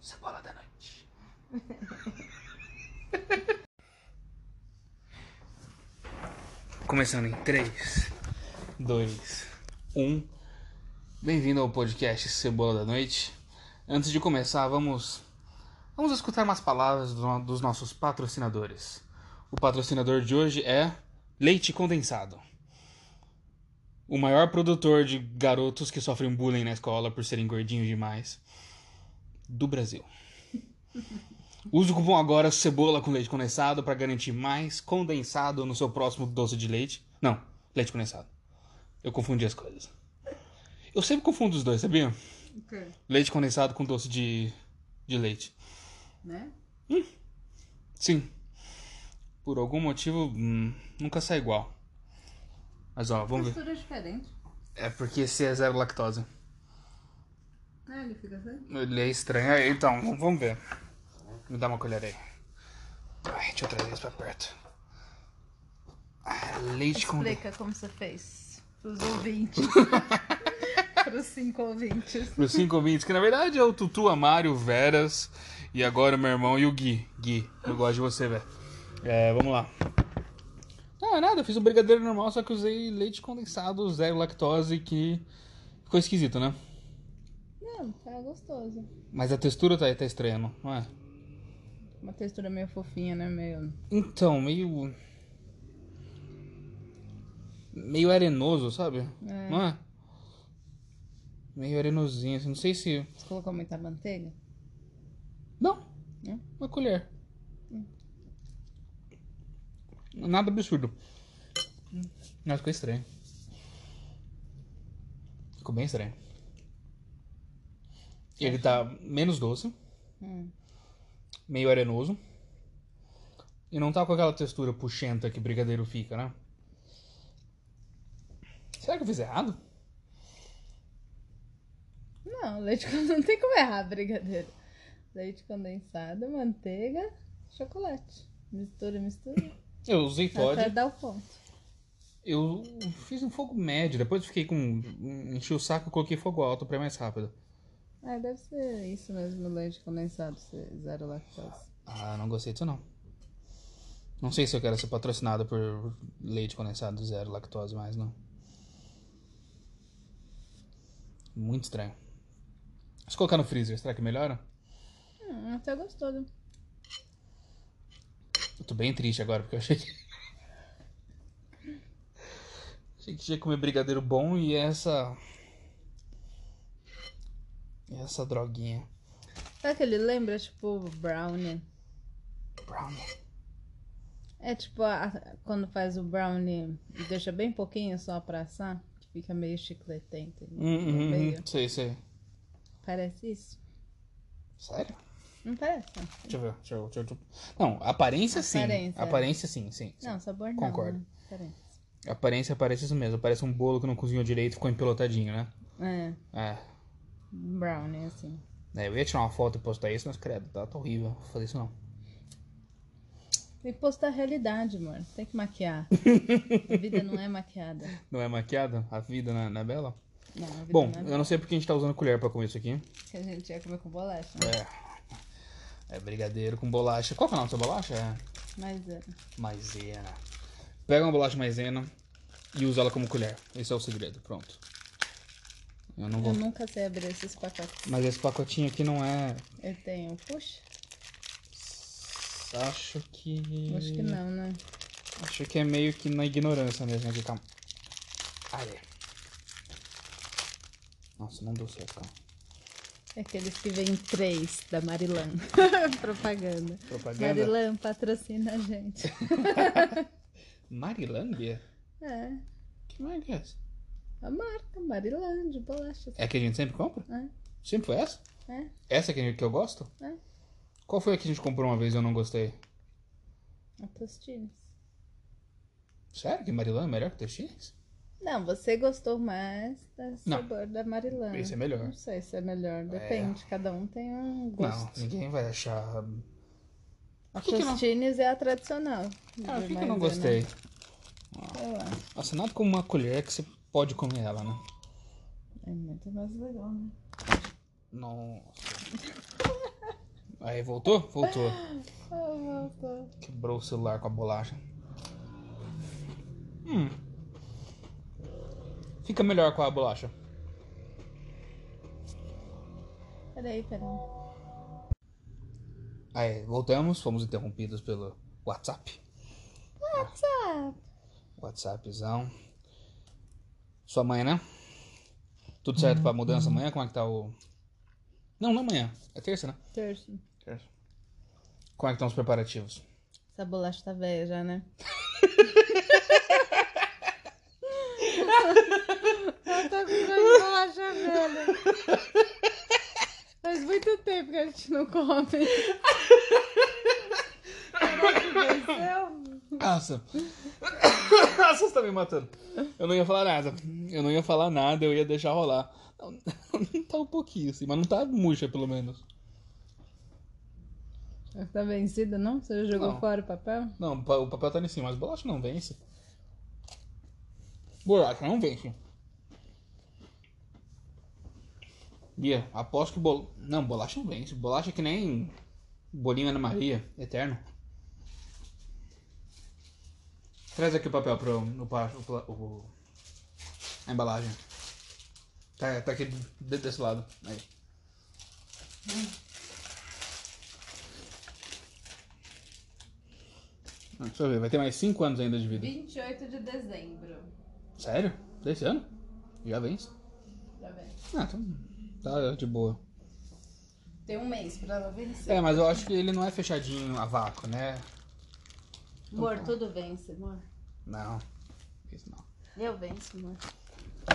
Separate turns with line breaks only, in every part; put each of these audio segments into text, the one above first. Cebola da noite. Começando em 3, 2, 1. Bem-vindo ao podcast Cebola da Noite. Antes de começar, vamos vamos escutar umas palavras do- dos nossos patrocinadores. O patrocinador de hoje é Leite Condensado. O maior produtor de garotos que sofrem bullying na escola por serem gordinhos demais do Brasil. Use o cupom agora cebola com leite condensado para garantir mais condensado no seu próximo doce de leite. Não, leite condensado. Eu confundi as coisas. Eu sempre confundo os dois, sabia?
O quê?
Leite condensado com doce de, de leite.
Né?
Sim. Por algum motivo, hum, nunca sai igual. Mas ó, vamos ver.
Textura é diferente.
É porque esse é zero lactose.
Ah, ele fica assim?
Ele é estranho. É, Então, v- vamos ver. Me dá uma colher aí. Ai, deixa eu trazer isso pra perto. Ah, Leite com...
Explica como você fez pros ouvintes. pros cinco ouvintes.
Os cinco ouvintes, que na verdade é o Tutu, a Mário, Veras e agora o meu irmão e o Gui. Gui, eu gosto de você, velho. É, vamos lá. Não, é nada, eu fiz um brigadeiro normal, só que usei leite condensado, zero lactose, que ficou esquisito, né?
Não, tá gostoso.
Mas a textura tá, tá estranha, não não é?
Uma textura meio fofinha, né? Meio.
Então, meio. Meio arenoso, sabe?
É.
Não é? Meio arenosinho, assim. Não sei se.
Você colocou muita manteiga?
Não!
Não?
Uma colher. Nada absurdo. Mas ficou estranho. Ficou bem estranho. Ele tá menos doce,
Hum.
meio arenoso. E não tá com aquela textura puxenta que brigadeiro fica, né? Será que eu fiz errado?
Não, leite condensado. Não tem como errar, brigadeiro. Leite condensado, manteiga, chocolate. Mistura, mistura.
Eu usei Todd.
Até dar o ponto.
Eu fiz um fogo médio, depois fiquei com. um, Enchi o saco e coloquei fogo alto pra ir mais rápido.
Ah, deve ser isso mesmo, leite condensado, ser zero lactose.
Ah, não gostei disso não. Não sei se eu quero ser patrocinado por leite condensado zero lactose mais, não. Muito estranho. Se colocar no freezer, será que melhora?
Hum, até gostoso.
Eu tô bem triste agora, porque eu achei que... achei que ia comer brigadeiro bom e essa... E essa droguinha.
Sabe que ele lembra, tipo, brownie?
Brownie.
É tipo a- a- quando faz o brownie e deixa bem pouquinho só pra assar, que fica meio chicletento no
Hum, hum,
meio.
hum. Sei, sei.
Parece isso?
Sério?
Não parece? não.
Deixa eu ver. Deixa eu, deixa eu- deixa eu- Não, aparência sim.
Aparência,
Aparência,
é.
sim, sim. sim.
Não, sabor não.
Concordo.
né? Parece.
Aparência parece isso mesmo. Parece um bolo que não cozinhou direito e ficou empelotadinho, né?
É,
É.
um brownie assim.
É, Eu ia tirar uma foto e postar isso, mas credo, tá, tá horrível. Vou fazer isso não.
Tem que postar a realidade, amor. Tem que maquiar. a vida não é maquiada.
Não é maquiada? A vida na, na bela?
Não, a vida
Bom,
não é
eu não sei porque a gente tá usando colher pra comer isso aqui.
que a gente ia comer com bolacha. né?
É. É brigadeiro com bolacha. Qual que é o nome da sua bolacha? É
Mas é.
maisena. Pega uma bolacha maisena e usa ela como colher. Esse é o segredo, pronto. Eu não vou.
Eu nunca sei abrir esses pacotes.
Mas esse pacotinho aqui não é.
Eu tenho. Puxa,
Acho que.
acho que não, né?
Acho que é meio que na ignorância mesmo aqui, calma. Ah, é. Nossa, não deu certo, calma.
É Aqueles que vêm três da Marilã. Propaganda.
Propaganda.
Marilã patrocina a gente.
Marilândia?
É.
Que marca é essa?
A marca Marilã de bolachas.
É a que a gente sempre compra?
É,
Sempre foi essa?
é,
Essa que, a gente- que eu gosto?
é.
Qual foi a que a gente comprou uma vez e eu não gostei?
A Tostines.
Sério que Marilã é melhor que Teixeira?
Não, você gostou mais do
Não.
sabor da Marilã.
Esse é melhor.
Não sei se é melhor. Depende. Cada um tem um
Não,
gosto.
ninguém vai achar. Ah,
A
que que não-
Tostines é a tradicional. é
Ah, por
de
que, que eu não
maisena.
gostei?
Sei lá.
Nossa, nada como uma colher que você pode comer ela, né?
É muito mais legal, né?
Nossa. Aí, voltou? Voltou.
Ah, voltou.
Quebrou o celular com a bolacha. Hum. Fica melhor com a bolacha.
Peraí, peraí.
Aí, voltamos, fomos interrompidos pelo WhatsApp.
WhatsApp.
WhatsAppzão. Sua mãe, né? Tudo certo pra mudança amanhã? Como é que tá o. Não, não é amanhã. É terça, né?
Terça.
Terça. Como é que estão os preparativos?
Essa bolacha tá velha já, né? Ela tá com cara de bolacha velha. Faz muito tempo que a gente não come. Será que venceu?
Nossa. Nossa, você tá me matando. Eu não ia falar nada. Eu não ia falar nada, eu ia deixar rolar. Não, tá um pouquinho assim, mas não tá murcha, pelo menos.
Ela Tá vencida, não? Você já jogou
Não.
fora o papel?
Não, pa- o papel tá em cima, mas bolacha não vence. Bolacha não vence. Bia, aposto que bol... Não, bolacha não vence. Bolacha é que nem bolinho Ana Maria, eterno. Traz aqui o papel pro o, pa- o, pla- o- a embalagem. Tá, tá aqui de- desse lado. Aí. Ah, Deixa eu ver, vai ter mais 5 anos ainda de vida.
28 de dezembro.
Sério? Desse ano? Já vence?
Pra ver.
Ah, então tá de boa.
Tem um mês pra ela vencer.
É, mas eu acho que ele não é fechadinho a vácuo, né?
Amor, tudo vence, amor.
Não. Isso não.
Eu venço, amor.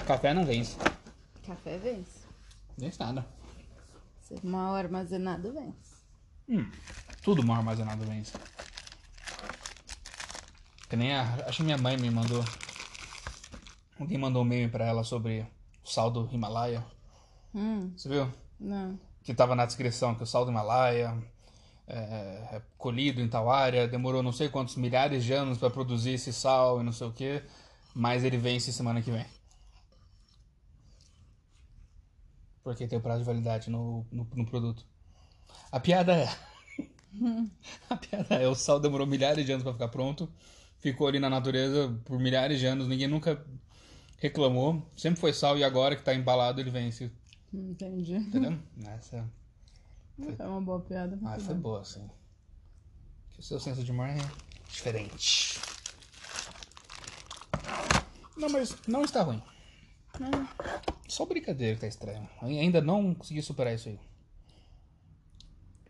Café não vence.
Café vence.
Vence nada.
Ser mal armazenado vence.
Hum, tudo mal armazenado vence. Que nem a. Acho que minha mãe me mandou. Alguém mandou um meme pra ela sobre o sal do Himalaia.
Hum,
Você viu?
não.
que estava na descrição que o sal do Himalaia é, é colhido em tal área, demorou não sei quantos milhares de anos para produzir esse sal e não sei o que, mas ele vence semana que vem. Porque tem o prazo de validade no, no, no produto. A piada é. A piada é, o sal demorou milhares de anos para ficar pronto, ficou ali na natureza por milhares de anos, ninguém nunca reclamou, sempre foi sal e agora que tá embalado ele vence,
Entendi.
entendeu? Essa
É uma boa piada.
ah,
muito
foi
bom.
boa, assim. Que o seu senso de humor é diferente. Não, mas não está ruim.
Ah,
Só brincadeira que tá estranho. Ai- Ainda não consegui superar isso aí.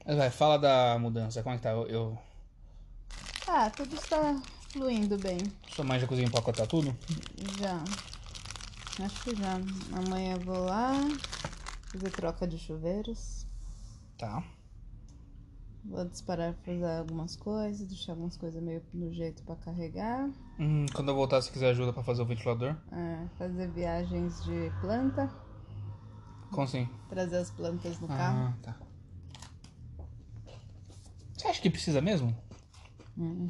Mas vai, fala da mudança. Como é que tá? Eu, eu-
Ah, tudo está fluindo bem.
sua mãe já conseguiu empacotar tudo?
Já. Acho que já. Amanhã eu vou lá fazer troca de chuveiros.
Tá.
Vou disparar pra fazer algumas coisas, deixar algumas coisas meio no jeito pra carregar.
Hum, quando eu voltar, se quiser ajuda pra fazer o ventilador?
É, fazer viagens de planta.
Como assim?
Trazer as plantas no carro.
Ah, tá. Você acha que precisa mesmo? Por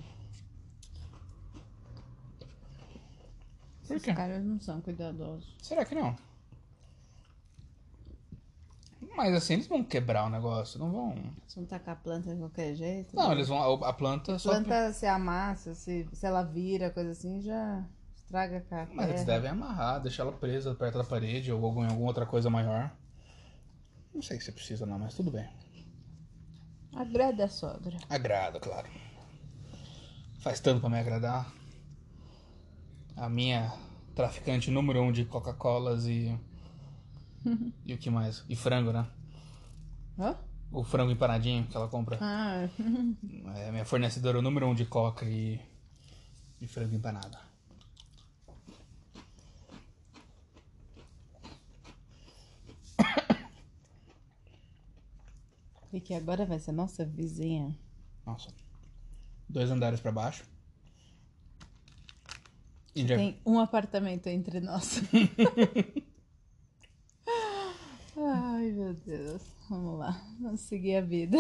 Esses
quê?
caras não são cuidadosos.
Será que não? Mas assim, eles vão quebrar o negócio, não vão.
Se não tacar a planta de qualquer jeito.
Não, eles vão. A, a planta
A
só.
planta se amassa, se, se ela vira, coisa assim, já estraga a cara.
Mas eles devem amarrar, deixar ela presa perto da parede ou algum- em alguma outra coisa maior. Não sei se precisa não, mas tudo bem.
Agrada a sogra.
Agrada, claro. Faz tanto pra me agradar. A minha traficante número um de Coca-Colas e. e o que mais? E frango, né?
Hã?
O frango empanadinho que ela compra.
Ah,
É minha fornecedora número um de coca e, e frango empanado.
e que agora vai ser nossa vizinha.
Nossa. Dois andares pra baixo. E já-
Tem um apartamento entre nós. Ai, meu Deus. Vamos lá. Vamos seguir a vida.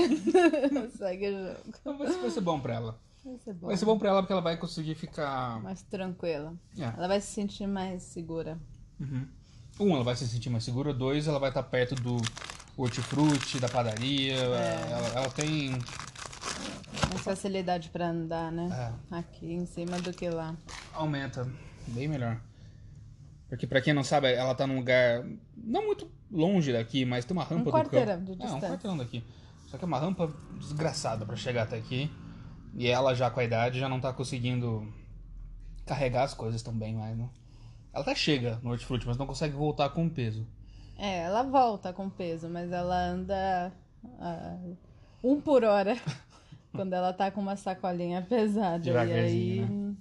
Segue o jogo.
Então, Vai ser- vai ser bom pra ela.
Vai ser bom.
Vai ser bom pra ela porque ela vai conseguir ficar.
Mais tranquila.
É.
Ela vai se sentir mais segura.
Um, ela vai se sentir mais segura. Dois, ela vai estar tá perto do o hortifruti da padaria. Ela, ela tem.
Mais facilidade pra andar, né?
É.
Aqui em cima do que lá.
aumenta. Bem melhor. Porque pra quem não sabe, ela tá num lugar não muito longe daqui, mas tem uma rampa do
quarteirão
campo.
de
é, um
distância.
quarteirão daqui. Só que é uma rampa desgraçada pra chegar até aqui. E ela já com a idade já não tá conseguindo carregar as coisas tão bem mais, né? Ela até chega no hortifruti, mas não consegue voltar com o peso.
É, ela volta com peso, mas ela anda ah, um por hora quando ela tá com uma sacolinha pesada. E aí
Devagarzinho,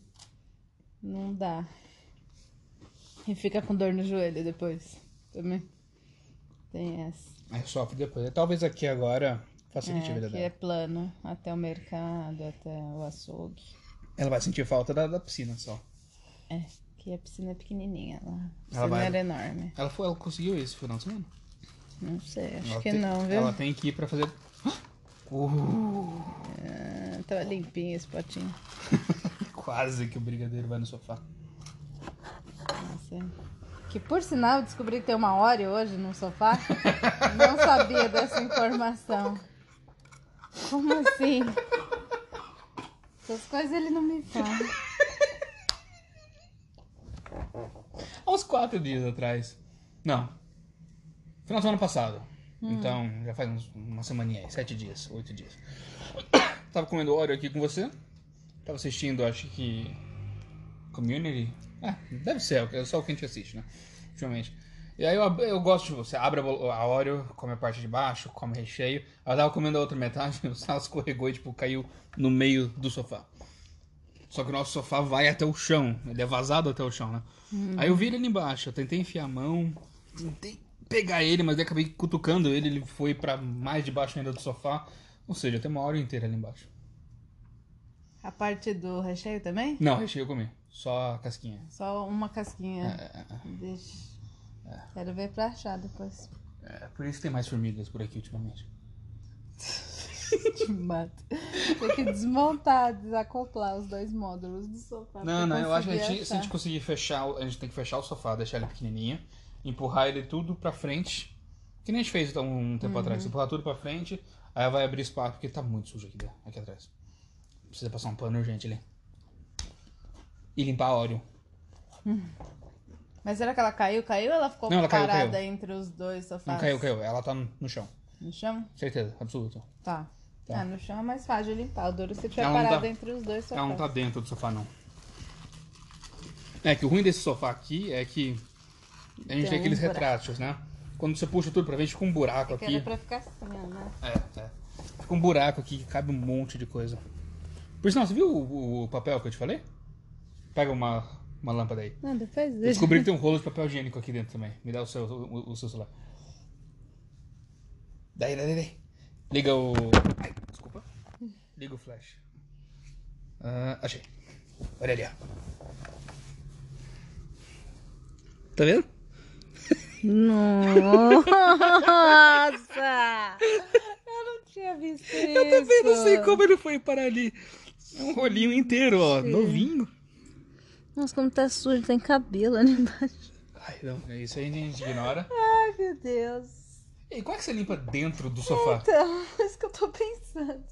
não dá. E fica com dor no joelho depois também. Tem essa.
Aí sofre depois. Talvez aqui agora facilite a
É,
vida
que
dela.
é plano até o mercado, até o açougue.
Ela vai sentir falta da, da piscina só.
É, que a piscina é pequenininha lá. A
Ela
piscina
vai-
era enorme.
Ela, foi, ela conseguiu esse final de semana?
Não sei, acho
Ela
que
tem-
não, viu?
Ela tem que ir pra fazer. Uh,
Ah, tava limpinho esse potinho.
quase que o brigadeiro vai no sofá.
Nossa. Que por sinal eu descobri que tem uma Oreo hoje no sofá. Não sabia dessa informação. Como assim? Essas coisas ele não me fala.
Há uns quatro dias atrás. Não. Final do ano passado. Então, já faz uns, uma semaninha aí, sete dias, oito dias. Tava comendo Oreo aqui com você. Tava assistindo, acho que. Community? Ah, deve ser, é só o que a gente assiste, né? Ultimamente. E aí eu, ab- eu gosto de você. Abre a bol- a Oreo, come a parte de baixo, come o recheio. Aí Eu tava comendo a outra metade, o sal escorregou e tipo, caiu no meio do sofá. Só que o nosso sofá vai até o chão. Ele é vazado até o chão, né? Aí eu vi ele ali embaixo. Eu tentei enfiar a mão. Tentei pegar ele, mas daí acabei cutucando ele. Ele foi pra mais debaixo ainda do sofá. Ou seja, tem uma hora inteira ali embaixo.
A parte do recheio também?
Não, recheio eu comi. Só a casquinha.
Só uma casquinha.
É,
Deixa. Quero ver pra achar depois.
é, por isso tem mais formigas por aqui ultimamente.
Te mato. Tem que desmontar, desacoplar os dois módulos do sofá. pra
Não, não, eu acho que a
conseguir
gente, se a gente
achar.
conseguir fechar, o- a gente tem que fechar o sofá, deixar ele pequenininho, empurrar ele tudo pra frente, que nem a gente fez então, um
Uhum.
tempo atrás, empurrar tudo pra frente, aí vai abrir espaço, porque tá muito sujo aqui, dentro- aqui atrás. Precisa passar um pano urgente ali. E limpar a óleo.
Mas será que ela caiu? Caiu ou ela ficou
Não, ela caiu,
parada
caiu.
entre os dois sofás?
Não caiu, caiu, ela tá no no chão,
No chão?
certeza, absoluta.
Tá.
Tá.
Ah, no chão é mais fácil de limpar. O duro é se tiver
Ela não
parado
tá-
entre os dois sofás.
Ela não tá dentro do sofá, não. É que o ruim desse sofá aqui é que a gente tem,
Tem um
aqueles
buraco.
retráteis, né? Quando você puxa tudo pra frente, fica um buraco
Que
aqui.
era pra ficar assim, ó, né?
É, é. Fica um buraco aqui que cabe um monte de coisa. Por sinal, você viu o, o papel que eu te falei? Pega uma, uma lâmpada aí.
Não, depois
Eu descobri que tem um rolo de papel higiênico aqui dentro também. Me dá o seu, o, o seu celular. Daí, daí, daí. Liga o. Ai, desculpa. Liga o flash. Ah, achei. Olha ali, ó. Tá vendo?
Nossa! Eu não tinha visto isso.
Eu assim. também não sei como ele foi parar ali. É um rolinho inteiro, ó. Novinho.
Nossa, como tá sujo. Tem cabelo ali embaixo.
Ai, não, isso aí a gente ignora.
Ai, meu Deus.
E como é que você limpa dentro do sofá?
Então, é isso que eu tô pensando.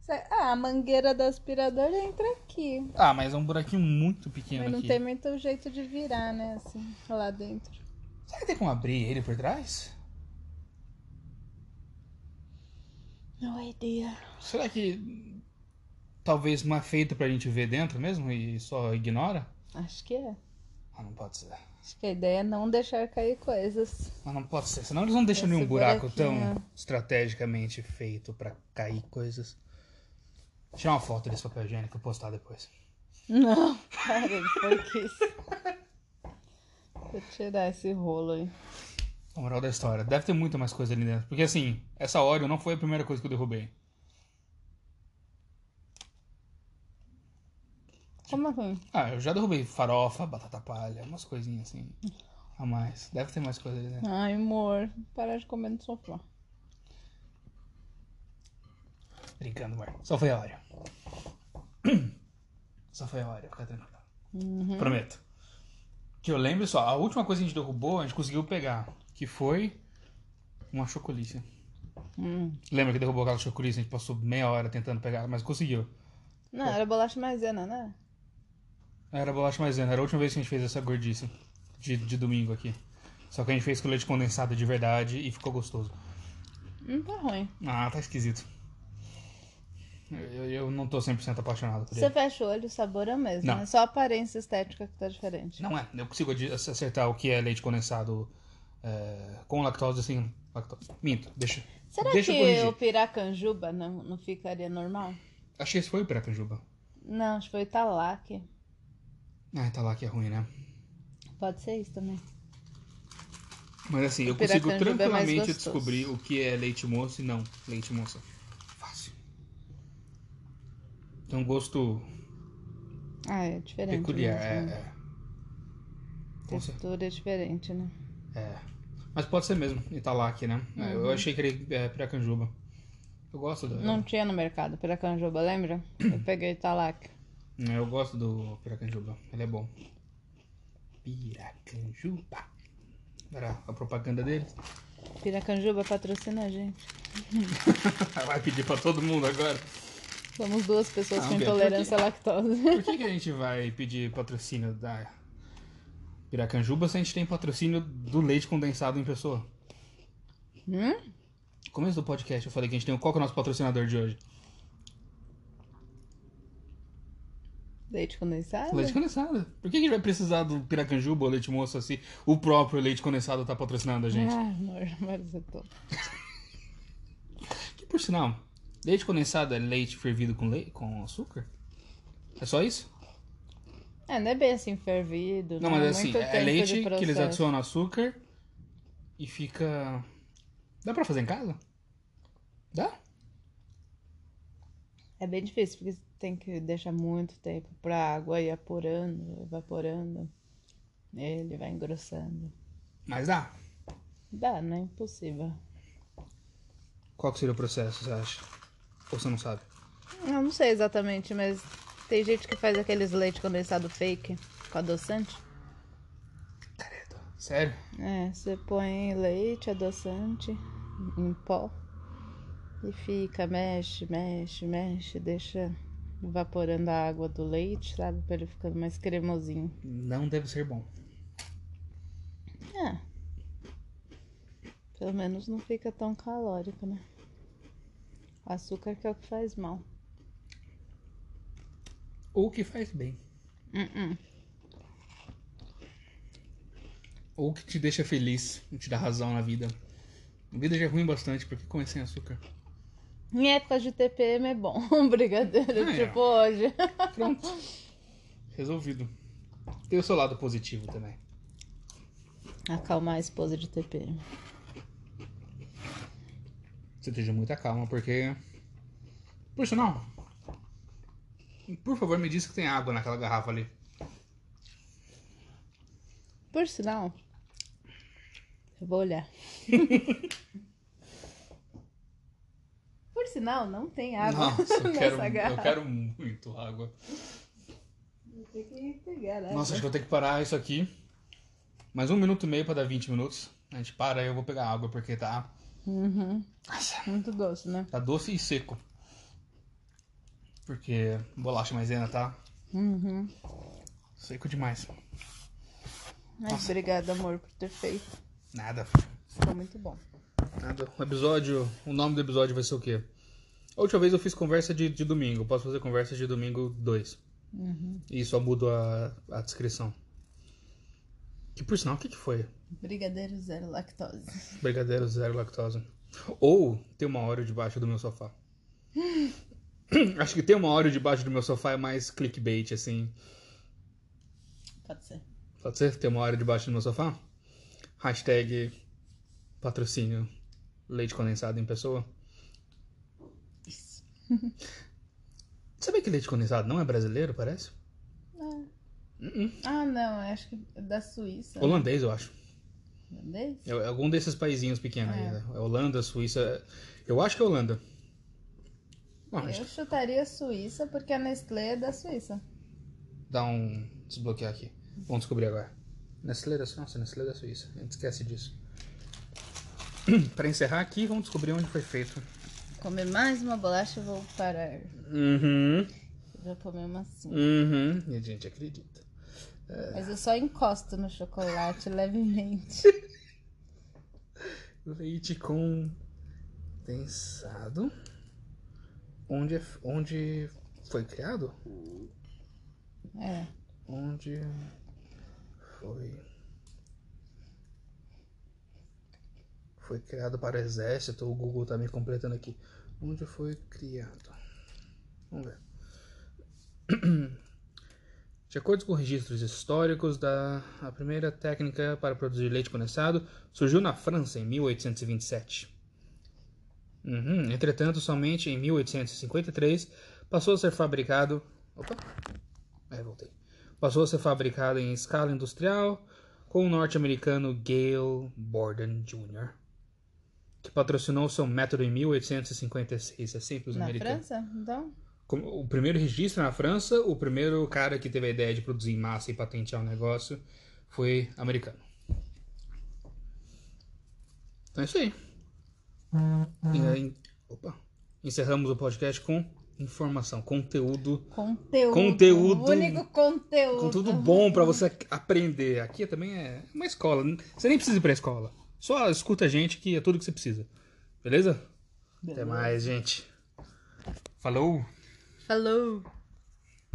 Sai- Ah, a mangueira do aspirador entra aqui.
Ah, mas é um buraquinho muito pequeno
Mas não
aqui.
tem muito jeito de virar, né? Assim, lá dentro.
Será que tem como abrir ele por trás?
No idea.
Será que talvez não é feito pra gente ver dentro mesmo e só ignora?
Acho que é.
Ah, não pode ser.
Acho que a ideia é não deixar cair coisas.
Mas não pode ser, senão eles não deixam
Esse
nenhum buraco
buraquinho. é-
tão estrategicamente feito pra cair coisas. Tirar uma foto desse papel higiênico e postar depois.
Não, para de isso. Vou tirar esse rolo aí.
A moral da história, deve ter muita mais coisa ali dentro. Porque assim, essa Oreo não foi a primeira coisa que eu derrubei.
Como assim?
Ah, eu já derrubei farofa, batata palha, umas coisinhas assim. A mais. Deve ter mais coisa ali né? dentro.
Ai, amor, para de comer no sofá.
Brincando, amor. Só foi a hora. Só foi a hora, fica tranquilo. Prometo. Que eu lembro só, a última coisa que a gente derrubou, a gente conseguiu pegar. Que foi Uma chocolícia.
Hum.
Lembra que derrubou aquela chocolícia? A gente passou meia hora tentando pegar, mas conseguiu.
Não, era bolacha maisena, né?
Era bolacha maisena. Era a última vez que a gente fez essa gordice de, de domingo aqui. Só que a gente fez com leite condensado de verdade e ficou gostoso.
Não tá ruim.
Ah, tá esquisito. Eu, eu não tô 100% apaixonado por ele.
Você fecha o olho, o sabor é o mesmo,
Não.
né? Só a aparência estética que tá diferente.
Não é. Eu consigo adi- acertar o que é leite condensado é, com lactose e sem lactose. Minto. Deixa,
Será
deixa eu
que
corrigir.
o piracanjuba não, não ficaria normal?
Achei esse foi o Piracanjuba.
Não, acho que foi o italac.
Ah, tá lá que é ruim, né?
Pode ser isso também.
Mas assim, eu
O
consigo
Piracanjuba é mais
tranquilamente
gostoso.
descobrir o que é leite moço e não leite moça. Fácil. Tem um gosto
Ah, é diferente.
peculiar.
mesmo,
É,
né?
é. Com cer-
Textura é diferente, né?
é. Mas pode ser mesmo, Italac, né? É, Eu achei que ele é Piracanjuba. Eu gosto do.
Não tinha no mercado piracanjuba, lembra? Eu peguei italac.
É, Eu gosto do Piracanjuba, ele é bom. Piracanjuba. Era a propaganda dele.
Piracanjuba patrocina a gente.
Vai pedir pra todo mundo agora.
Somos duas pessoas
Ah,
com
ok.
intolerância à lactose.
Por que, que a gente vai pedir patrocínio da Piracanjuba se a gente tem patrocínio do leite condensado em pessoa?
Hum?
No começo do podcast eu falei que a gente tem. Qual que é o nosso patrocinador de hoje?
Leite condensado?
É Leite condensado. Por que, que a gente vai precisar do Piracanjuba ou leite moça se o próprio leite condensado tá patrocinando a gente?
Ah, amor, mas eu tô. É.
Que por sinal, leite condensado é leite fervido com, le... com açúcar? É só isso?
É, não é bem assim fervido.
Não,
né?
mas assim,
Muito
é
tempo
leite
de
que eles
processo.
adicionam açúcar e fica. Dá pra fazer em casa? Dá?
É bem difícil, porque você tem que deixar muito tempo pra água ir apurando, evaporando. Ele vai engrossando.
Mas dá.
Dá, não é impossível.
Qual que seria o processo, você acha? Ou você não sabe?
Eu não sei exatamente, mas tem gente que faz aqueles leite condensado fake com adoçante.
Careta. Sério?
É, você põe leite, adoçante em pó e fica, mexe, mexe, mexe, deixa evaporando a água do leite, sabe? Pra ele ficando mais cremosinho.
Não deve ser bom.
É. Pelo menos não fica tão calórico, né? O açúcar que é o que faz mal.
Ou que faz bem.
Uh-uh.
Ou que te deixa feliz e te dá razão na vida. A vida já é ruim bastante, porque comer sem açúcar.
Em épocas de TPM é bom, brigadeiro,
Ah, é.
tipo hoje.
Pronto. Resolvido. Tem o seu lado positivo também.
Acalmar a esposa de TPM.
Você esteja muita calma, porque. Por sinal. Por favor, me diz que tem água naquela garrafa ali.
Por sinal, eu vou olhar. Por sinal, não tem água
Nossa, eu
nessa
quero,
garrafa.
eu quero muito água.
Vou ter que pegar né? água.
Nossa, acho que eu vou ter que parar isso aqui. Mais um minuto e meio pra dar 20 minutos. A gente para e eu vou pegar água, porque tá.
Uhum.
Nossa,
Muito doce, né?
tá doce e seco. Porque bolacha maisena tá
Uhum.
seco demais.
Mas obrigada, amor, por ter feito.
Nada,
Ficou muito bom.
nada. O episódio, o nome do episódio vai ser o quê? A última vez eu fiz conversa de, de domingo. Posso fazer conversa de domingo 2. E só mudo a, a descrição. E por sinal, o que, que foi?
Brigadeiro zero lactose.
Brigadeiro zero lactose. Ou tem uma hora debaixo do meu sofá. Acho que tem uma hora debaixo do meu sofá é mais clickbait, assim.
Pode ser.
Pode ser? Tem uma hora debaixo do meu sofá? Hashtag patrocínio leite condensado em pessoa.
Isso.
Sabia que leite condensado não é brasileiro, parece?
Ah, ah não, acho que é da Suíça.
Holandês, eu acho.
Holandês?
É é algum desses paizinhos pequenos aí.
É.
né? É Holanda, Suíça. Eu acho que é Holanda. Não, a gente
Eu chutaria Suíça porque a Nestlé é da Suíça.
dá um desbloquear aqui. Vamos descobrir agora. Nestlé da Suíça, Nestlé da Suíça. A gente esquece disso. Pra encerrar aqui, vamos descobrir onde foi feito.
Comer mais uma bolacha, eu vou parar.
Uhum.
Eu já comi uma assim.
Uhum. E a gente acredita.
Mas
Ah.
eu só encosto no chocolate levemente.
Leite condensado. Onde, é- onde foi criado?
É.
Onde foi. Foi criado para o exército. O Google tá me completando aqui. Onde foi criado? Vamos ver. De acordo com registros históricos, da, a primeira técnica para produzir leite condensado surgiu na França em 1827. Uhum. Entretanto, somente em 1853 passou a ser fabricado. Opa! Aí voltei. Passou a ser fabricado em escala industrial com o norte-americano Gale Borden Jr., que patrocinou seu método em 1856. É sempre os
Na
americanos.
França? Então?
Como- O primeiro registro na França, o primeiro cara que teve a ideia de produzir em massa e patentear um negócio foi americano. Então é isso aí. E aí- opa. Encerramos o podcast com informação, conteúdo,
Conteúdo.
Conteúdo.
O único conteúdo.
conteúdo bom pra você aprender. Aqui também é uma escola, você nem precisa ir pra escola. Só escuta a gente que é tudo que você precisa. Beleza? Até mais, gente. Falou.
Falou.